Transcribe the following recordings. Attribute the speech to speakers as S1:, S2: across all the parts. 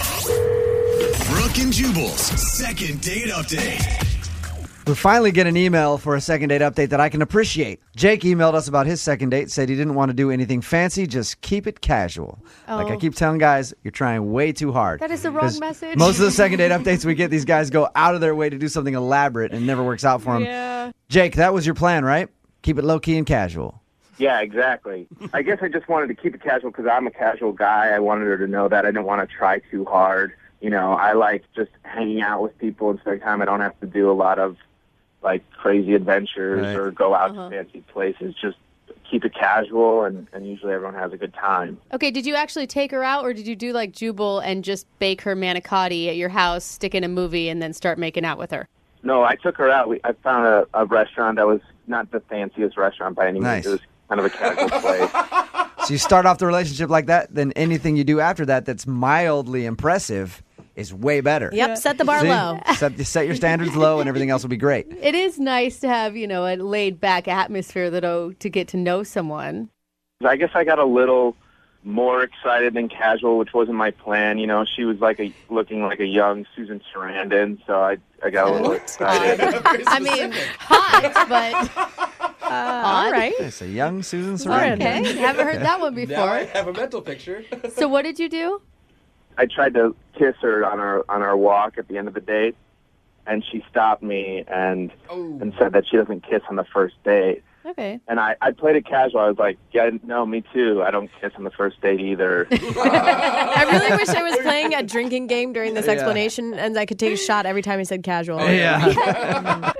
S1: 92.5. Brooke and Jubal's second date update.
S2: We finally get an email for a second date update that I can appreciate. Jake emailed us about his second date, said he didn't want to do anything fancy, just keep it casual. Like I
S3: Oh.
S2: keep telling guys, you're trying way too hard.
S3: That is the wrong
S2: 'Cause
S3: message.
S2: Most of the second date updates we get, these guys go out of their way to do something elaborate and it never works out for them.
S3: Yeah.
S2: Jake, that was your plan, right? Keep it low key and casual.
S4: Yeah, exactly. I guess I just wanted to keep it casual because I'm a casual guy. I wanted her to know that I didn't want to try too hard. You know, I like just hanging out with people and spending time. I don't have to do a lot of like crazy adventures
S2: Right.
S4: or go out to fancy places. Just keep it casual, and, and usually everyone has a good time.
S3: Okay, did you actually take her out or did you do like Jubal and just bake her manicotti at your house, stick in a movie, and then start making out with her?
S4: No, I took her out. We, I found a, a restaurant that was not the fanciest restaurant by any
S2: Nice.
S4: means. It was kind of a casual place.
S2: So you start off the relationship like that, then anything you do after that that's mildly impressive is way better.
S5: Yep, set the bar
S2: See?
S5: low.
S2: Set, set your standards low and everything else will be great.
S3: It is nice to have, you know, a laid back atmosphere that oh, to get to know someone.
S4: I guess I got a little more excited than casual, which wasn't my plan. You know, she was like a looking like a young Susan Sarandon, so I I got a little excited.
S3: I mean, hot, but
S5: Uh, All right.
S2: It's a young Susan Sarandon.
S3: okay. Haven't heard that one before.
S6: Now I have a mental picture.
S3: So, what did you do?
S4: I tried to kiss her on our on our walk at the end of the date, and she stopped me and and said that she doesn't kiss on the first date.
S3: Okay.
S4: And I, I played it casual. I was like, yeah, no, me too. I don't kiss on the first date either. Uh,
S5: I really wish I was playing a drinking game during this explanation and I could take a shot every time he said casual.
S2: Yeah.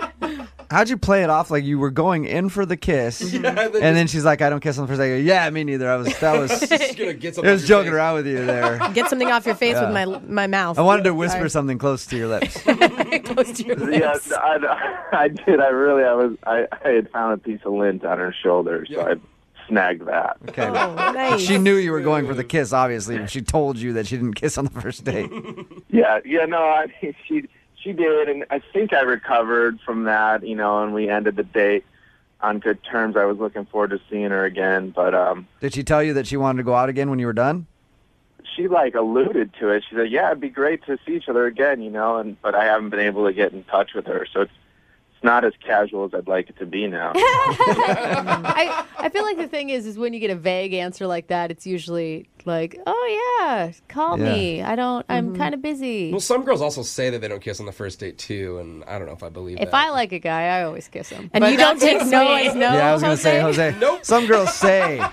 S2: How'd you play it off like you were going in for the kiss, and then she's like, "I don't kiss on the first day." Yeah, me neither. I was that was
S6: Just gonna
S2: I
S6: get something.
S2: was joking around with you there.
S5: Get something off your face with my my mouth.
S2: I wanted to whisper something close to your lips.
S5: Close to your lips.
S4: yes, I, I did. I really, I was, I, I had found a piece of lint on her shoulder, so
S6: Yeah.
S4: I snagged that.
S2: Okay.
S5: Oh, nice.
S2: She knew you were going for the kiss, obviously, when she told you that she didn't kiss on the first date.
S4: Yeah, yeah, no, I mean, she she did, and I think I recovered from that, you know, and we ended the date on good terms. I was looking forward to seeing her again, but um,
S2: Did she tell you that she wanted to go out again when you were done?
S4: she like alluded to it. She said, "Yeah, it'd be great to see each other again," you know, and but I haven't been able to get in touch with her, so it's it's not as casual as I'd like it to be now.
S3: I, I feel like the thing is, is when you get a vague answer like that, it's usually like, oh, yeah, call
S2: Yeah.
S3: me. I don't, I'm
S5: Mm-hmm.
S3: kind of busy.
S6: Well, some girls also say that they don't kiss on the first date too, and I don't know if I believe
S3: If
S6: that.
S3: I like a guy, I always kiss him.
S5: and you don't take no as no.
S2: yeah, I was gonna say, Jose.
S6: Nope.
S2: Some girls say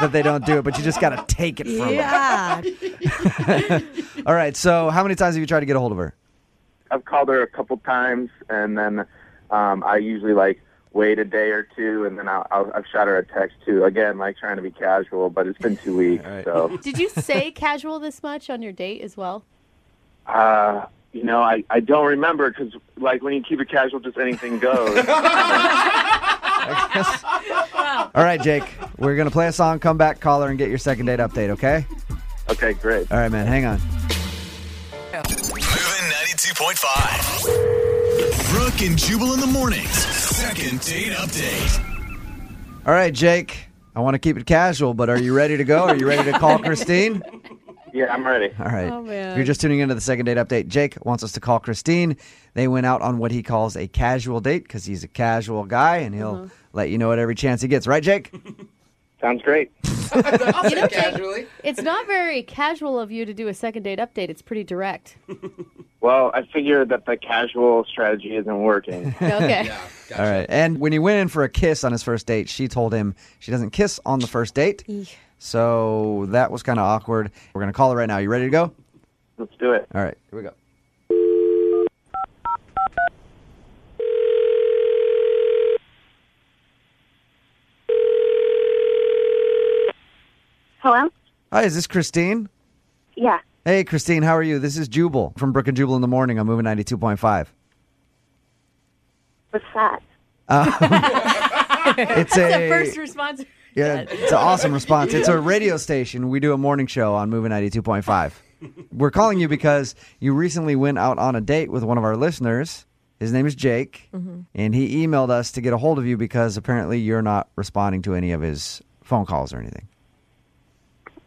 S2: that they don't do it, but you just gotta take it from
S5: Yeah.
S2: them. All right. So, how many times have you tried to get a hold of her?
S4: I've called her a couple times, and then um, I usually like wait a day or two, and then I'll, I'll, I've shot her a text too. Again, like trying to be casual, but it's been two weeks,
S2: All right.
S4: so
S3: Did you say casual this much on your date as well?
S4: uh, you know I, I don't remember because like when you keep it casual, just anything goes.
S2: All right, Jake. We're gonna play a song, come back, call her, and get your second date update. Okay.
S4: okay, great.
S2: All right, man. Hang on.
S1: Moving 92.5. Brooke and Jubal in the mornings. Second date update.
S2: All right, Jake. I want to keep it casual, but are you ready to go? Are you ready to call Christine?
S4: Yeah, I'm ready.
S2: All right.
S3: Oh, man.
S2: If you're just tuning into the second date update, Jake wants us to call Christine. They went out on what he calls a casual date because he's a casual guy and he'll
S3: Uh-huh.
S2: let you know at every chance he gets. Right, Jake?
S4: Sounds great.
S6: you know, casually.
S3: It's not very casual of you to do a second date update. It's pretty direct.
S4: Well, I figured that the casual strategy isn't working.
S3: Okay.
S6: Yeah, gotcha.
S2: All right. And when he went in for a kiss on his first date, she told him she doesn't kiss on the first date. So that was kind of awkward. We're going to call her right now. You ready to go?
S4: Let's do it.
S2: All right. Here we go.
S7: Hello?
S2: Hi, is this Christine?
S7: Oh, Yeah.
S2: Hey, Christine, how are you? This is Jubal from Brook and Jubal in the Morning on Moving 92.5.
S7: What's that?
S2: It's a
S3: First response.
S2: yeah, it's an awesome response. It's a radio station. We do a morning show on Moving 92.5. We're calling you because you recently went out on a date with one of our listeners. His name is Jake,
S5: Mm-hmm.
S2: and he emailed us to get a hold of you because apparently you're not responding to any of his phone calls or anything.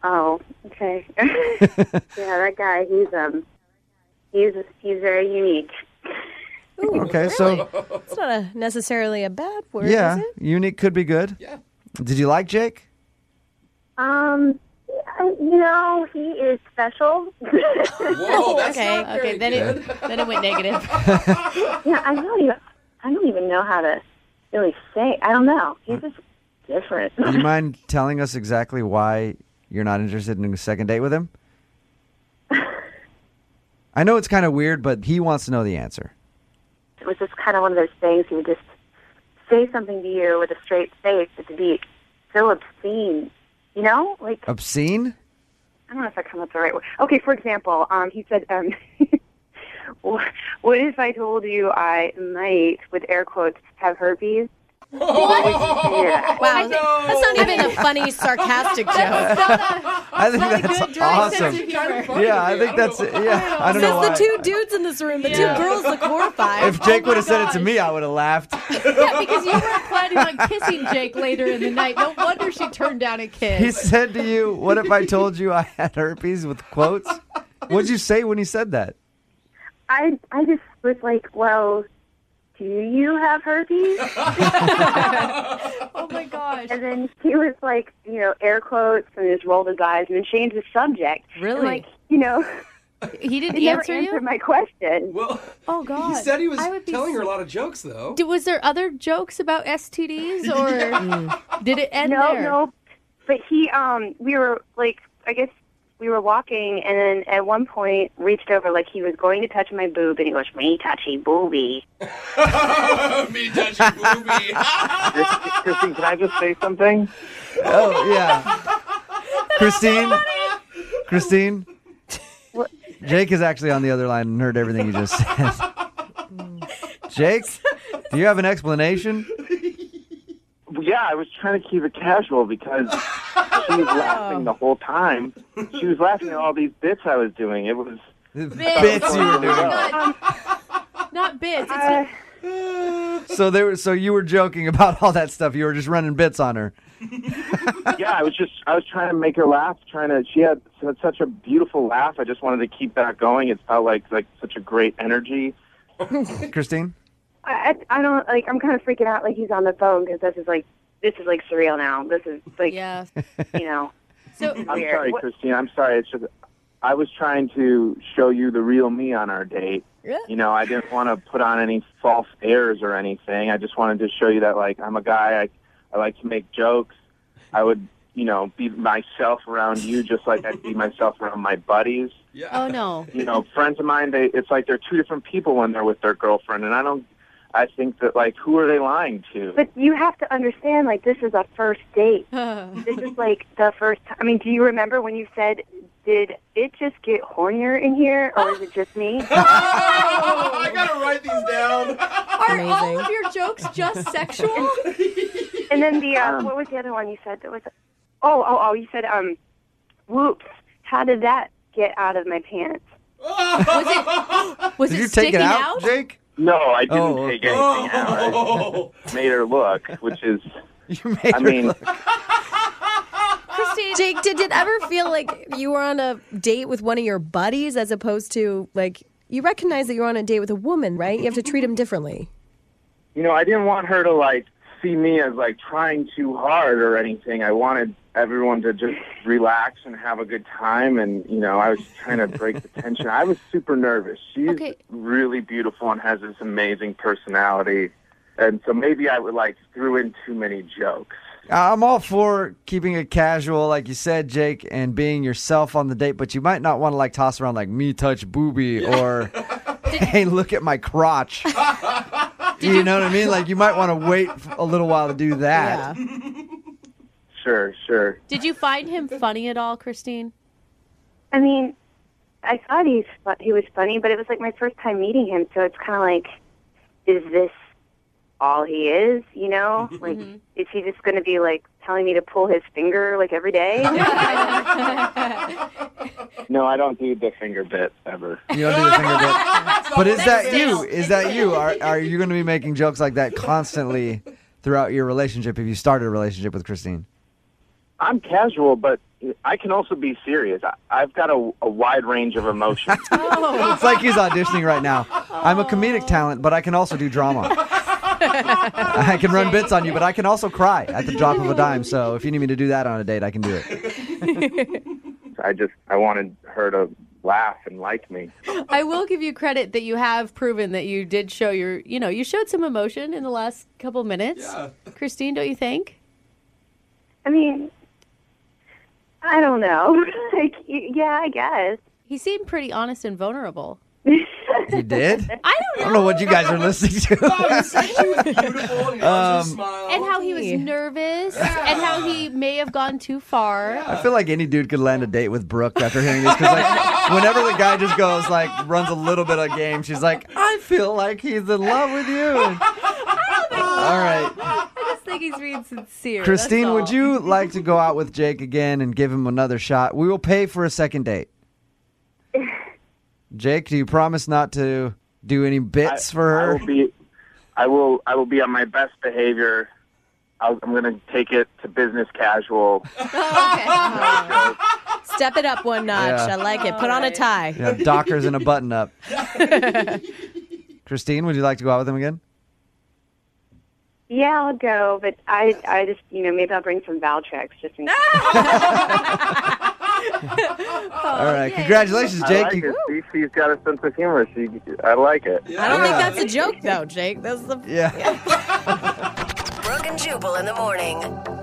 S7: Oh, okay. yeah, that guy. He's um, he's he's very unique.
S5: Ooh,
S2: Okay, so
S5: it's not a, necessarily a bad word.
S2: yeah,
S5: Is it?
S2: unique could be good.
S6: Yeah.
S2: Did you like Jake?
S7: Um, you know, he is special.
S6: Whoa, that's
S3: Okay.
S6: not
S3: Okay.
S6: very
S3: Then
S6: good.
S3: it then it went negative.
S7: yeah, I don't even I don't even know how to really say. I don't know. He's just different.
S2: Do you mind telling us exactly why you're not interested in a second date with him? I know it's kind of weird, but he wants to know the answer.
S7: it was just kind of one of those things he would just say something to you with a straight face but to be so obscene you know like i
S2: Obscene?
S7: don't know if i come up the right way okay for example um he said um "Wh- what if i told you i might with air quotes have herpes yeah
S5: Wow, that's not even a funny sarcastic joke.
S2: I think that's awesome. Yeah, I think that's yeah. I don't know
S5: Because
S2: why.
S5: the two dudes in this room, the
S3: Yeah.
S5: two girls look horrified.
S2: If Jake
S3: Oh my
S2: would have said it to
S3: gosh.
S2: me, I would have laughed.
S3: yeah, because you were planning on kissing Jake later in the night. No wonder she turned down a kiss.
S2: He said to you, "What if I told you I had herpes?" With quotes. What'd you say when he said that?
S7: i i just was like well do you have herpes
S3: oh my gosh.
S7: and then he was like you know air quotes and just rolled his eyes and then changed the subject And,
S3: Really?
S7: like you know
S3: He didn't
S7: he never
S3: answer
S7: answered
S3: you.
S7: my question
S6: Well,
S3: Oh God.
S6: he said he was
S3: I would be
S6: telling her a
S3: so-
S6: lot of jokes, though.
S3: Did, was there other jokes about STDs, or did it end
S7: no,
S3: there?
S7: no. But he, um, we were like, I guess we were walking, and then at one point reached over like he was going to touch my boob, and he goes, "Me touchy boobie."
S6: Me touching booby.
S4: Christine, can I just say something?
S2: Oh yeah, Christine. Christine. Jake is actually on the other line and heard everything you just said. Jake, do you have an explanation?
S4: Yeah, I was trying to keep it casual because she was laughing the whole time. She was laughing at all these bits I was doing. It was
S2: Bits Oh you were doing.
S3: Oh
S7: Um,
S3: Not bits. It's
S7: Uh,
S2: So they were. So you were joking about all that stuff. You were just running bits on her.
S4: yeah, I was just I was trying to make her laugh, trying to she had su- such a beautiful laugh. I just wanted to keep that going. It felt like like such a great energy.
S2: Christine.
S7: I, I I don't like. I'm kind of freaking out. Like he's on the phone because this is like, this is like surreal now. This is like,
S3: yeah.
S7: you know.
S3: So uh,
S4: I'm
S7: Weird.
S4: sorry,
S7: What-
S4: Christine. I'm sorry. It's just I was trying to show you the real me on our date.
S5: Yeah.
S4: You know, I didn't want to put on any false airs or anything. I just wanted to show you that like I'm a guy. I I like to make jokes. I would, you know, be myself around you just like I'd be myself around my buddies.
S6: yeah.
S3: oh no.
S4: you know, friends of mine, they it's like they're two different people when they're with their girlfriend, and I don't. I think that like, who are they lying to?
S7: But you have to understand, like this is a first date.
S3: Uh,
S7: this is like the first. Time. I mean, do you remember when you said, "Did it just get hornier in here, or is it just me?"
S6: I gotta write these down.
S3: Are all
S5: Amazing.
S3: of your jokes just sexual?
S7: And then the uh,
S4: Um,
S7: what was the other one you said? That was oh oh oh you said um, whoops! How did that get out of my pants?
S3: Was
S2: Did
S3: it
S2: you take
S3: sticking
S2: it out, Jake?
S4: No, I didn't
S2: Oh,
S4: take
S2: okay.
S4: anything out.
S6: Oh.
S4: I made her look, which is,
S2: You made
S4: I
S2: her
S4: mean,
S2: look-
S3: Christine?
S5: Jake, did it ever feel like you were on a date with one of your buddies as opposed to like you recognize that you're on a date with a woman, right? You have to treat him differently.
S4: you know, I didn't want her to like see me as like trying too hard or anything. I wanted everyone to just relax and have a good time, and you know, I was trying to break the tension. I was super nervous. She's
S3: Okay.
S4: really beautiful and has this amazing personality, and so maybe I would like threw in too many jokes.
S2: I'm all for keeping it casual, like you said, Jake, and being yourself on the date. But you might not want to like toss around like me touch booby or hey look at my crotch. you, know what I mean? Like you might want to wait f- a little while to do that.
S4: Sure, sure.
S3: Did you find him funny at all, Christine?
S7: I mean, I thought he fu- he was funny, but it was like my first time meeting him, so it's kind of like, is this all he is? You know, like is he just going to be like telling me to pull his finger like every day?
S4: No, I don't do the finger bit ever.
S2: You don't do the finger bit. But is that you? Is that you? Are are you going to be making jokes like that constantly throughout your relationship if you start a relationship with Christine?
S4: I'm casual, but I can also be serious. I, I've got a, a wide range of emotions.
S2: It's like he's auditioning right now. I'm a comedic talent, but I can also do drama. I can run bits on you, but I can also cry at the drop of a dime. So if you need me to do that on a date, I can do it.
S4: I just I wanted her to laugh and like me.
S8: I will give you credit that you have proven that you did show your, you know, you showed some emotion in the last couple minutes. Christine, don't you think?
S7: I mean, I don't know. like, y- yeah, I guess.
S8: He seemed pretty honest and vulnerable.
S2: You did?
S8: I
S2: I
S8: don't
S2: don't
S8: know.
S2: know what you guys are listening to.
S6: You said she was beautiful. You um,
S8: And how he was nervous and how he may have gone too far.
S2: I feel like any dude could land a date with Brooke after hearing this because, like, whenever the guy just goes like runs a little bit of game, she's like, "I feel like he's in love with you." All right,
S8: I just think he's being sincere. that's
S2: Christine, would
S8: all.
S2: you like to go out with Jake again and give him another shot? We will pay for a second date. Jake, do you promise not to do any bits for
S4: I
S2: her?
S4: will be I will I will be on my best behavior. I'll, I'm going to take it to business casual.
S3: Step it up one notch.
S2: Yeah.
S3: I like it. Put on a tie.
S2: Yeah, Dockers and a button up. Christine, would you like to go out with him again?
S7: Yeah, I'll go, but I, I just, you know, maybe I'll bring some Valtrex just in case.
S8: Oh,
S2: All right, congratulations, Jake.
S4: I like
S2: You-
S4: it. See, she's got a sense of humor. She, I like it.
S3: I don't
S2: Yeah.
S3: think that's a joke though, Jake. That's the
S2: yeah.
S9: Brooke and Jubal in the morning.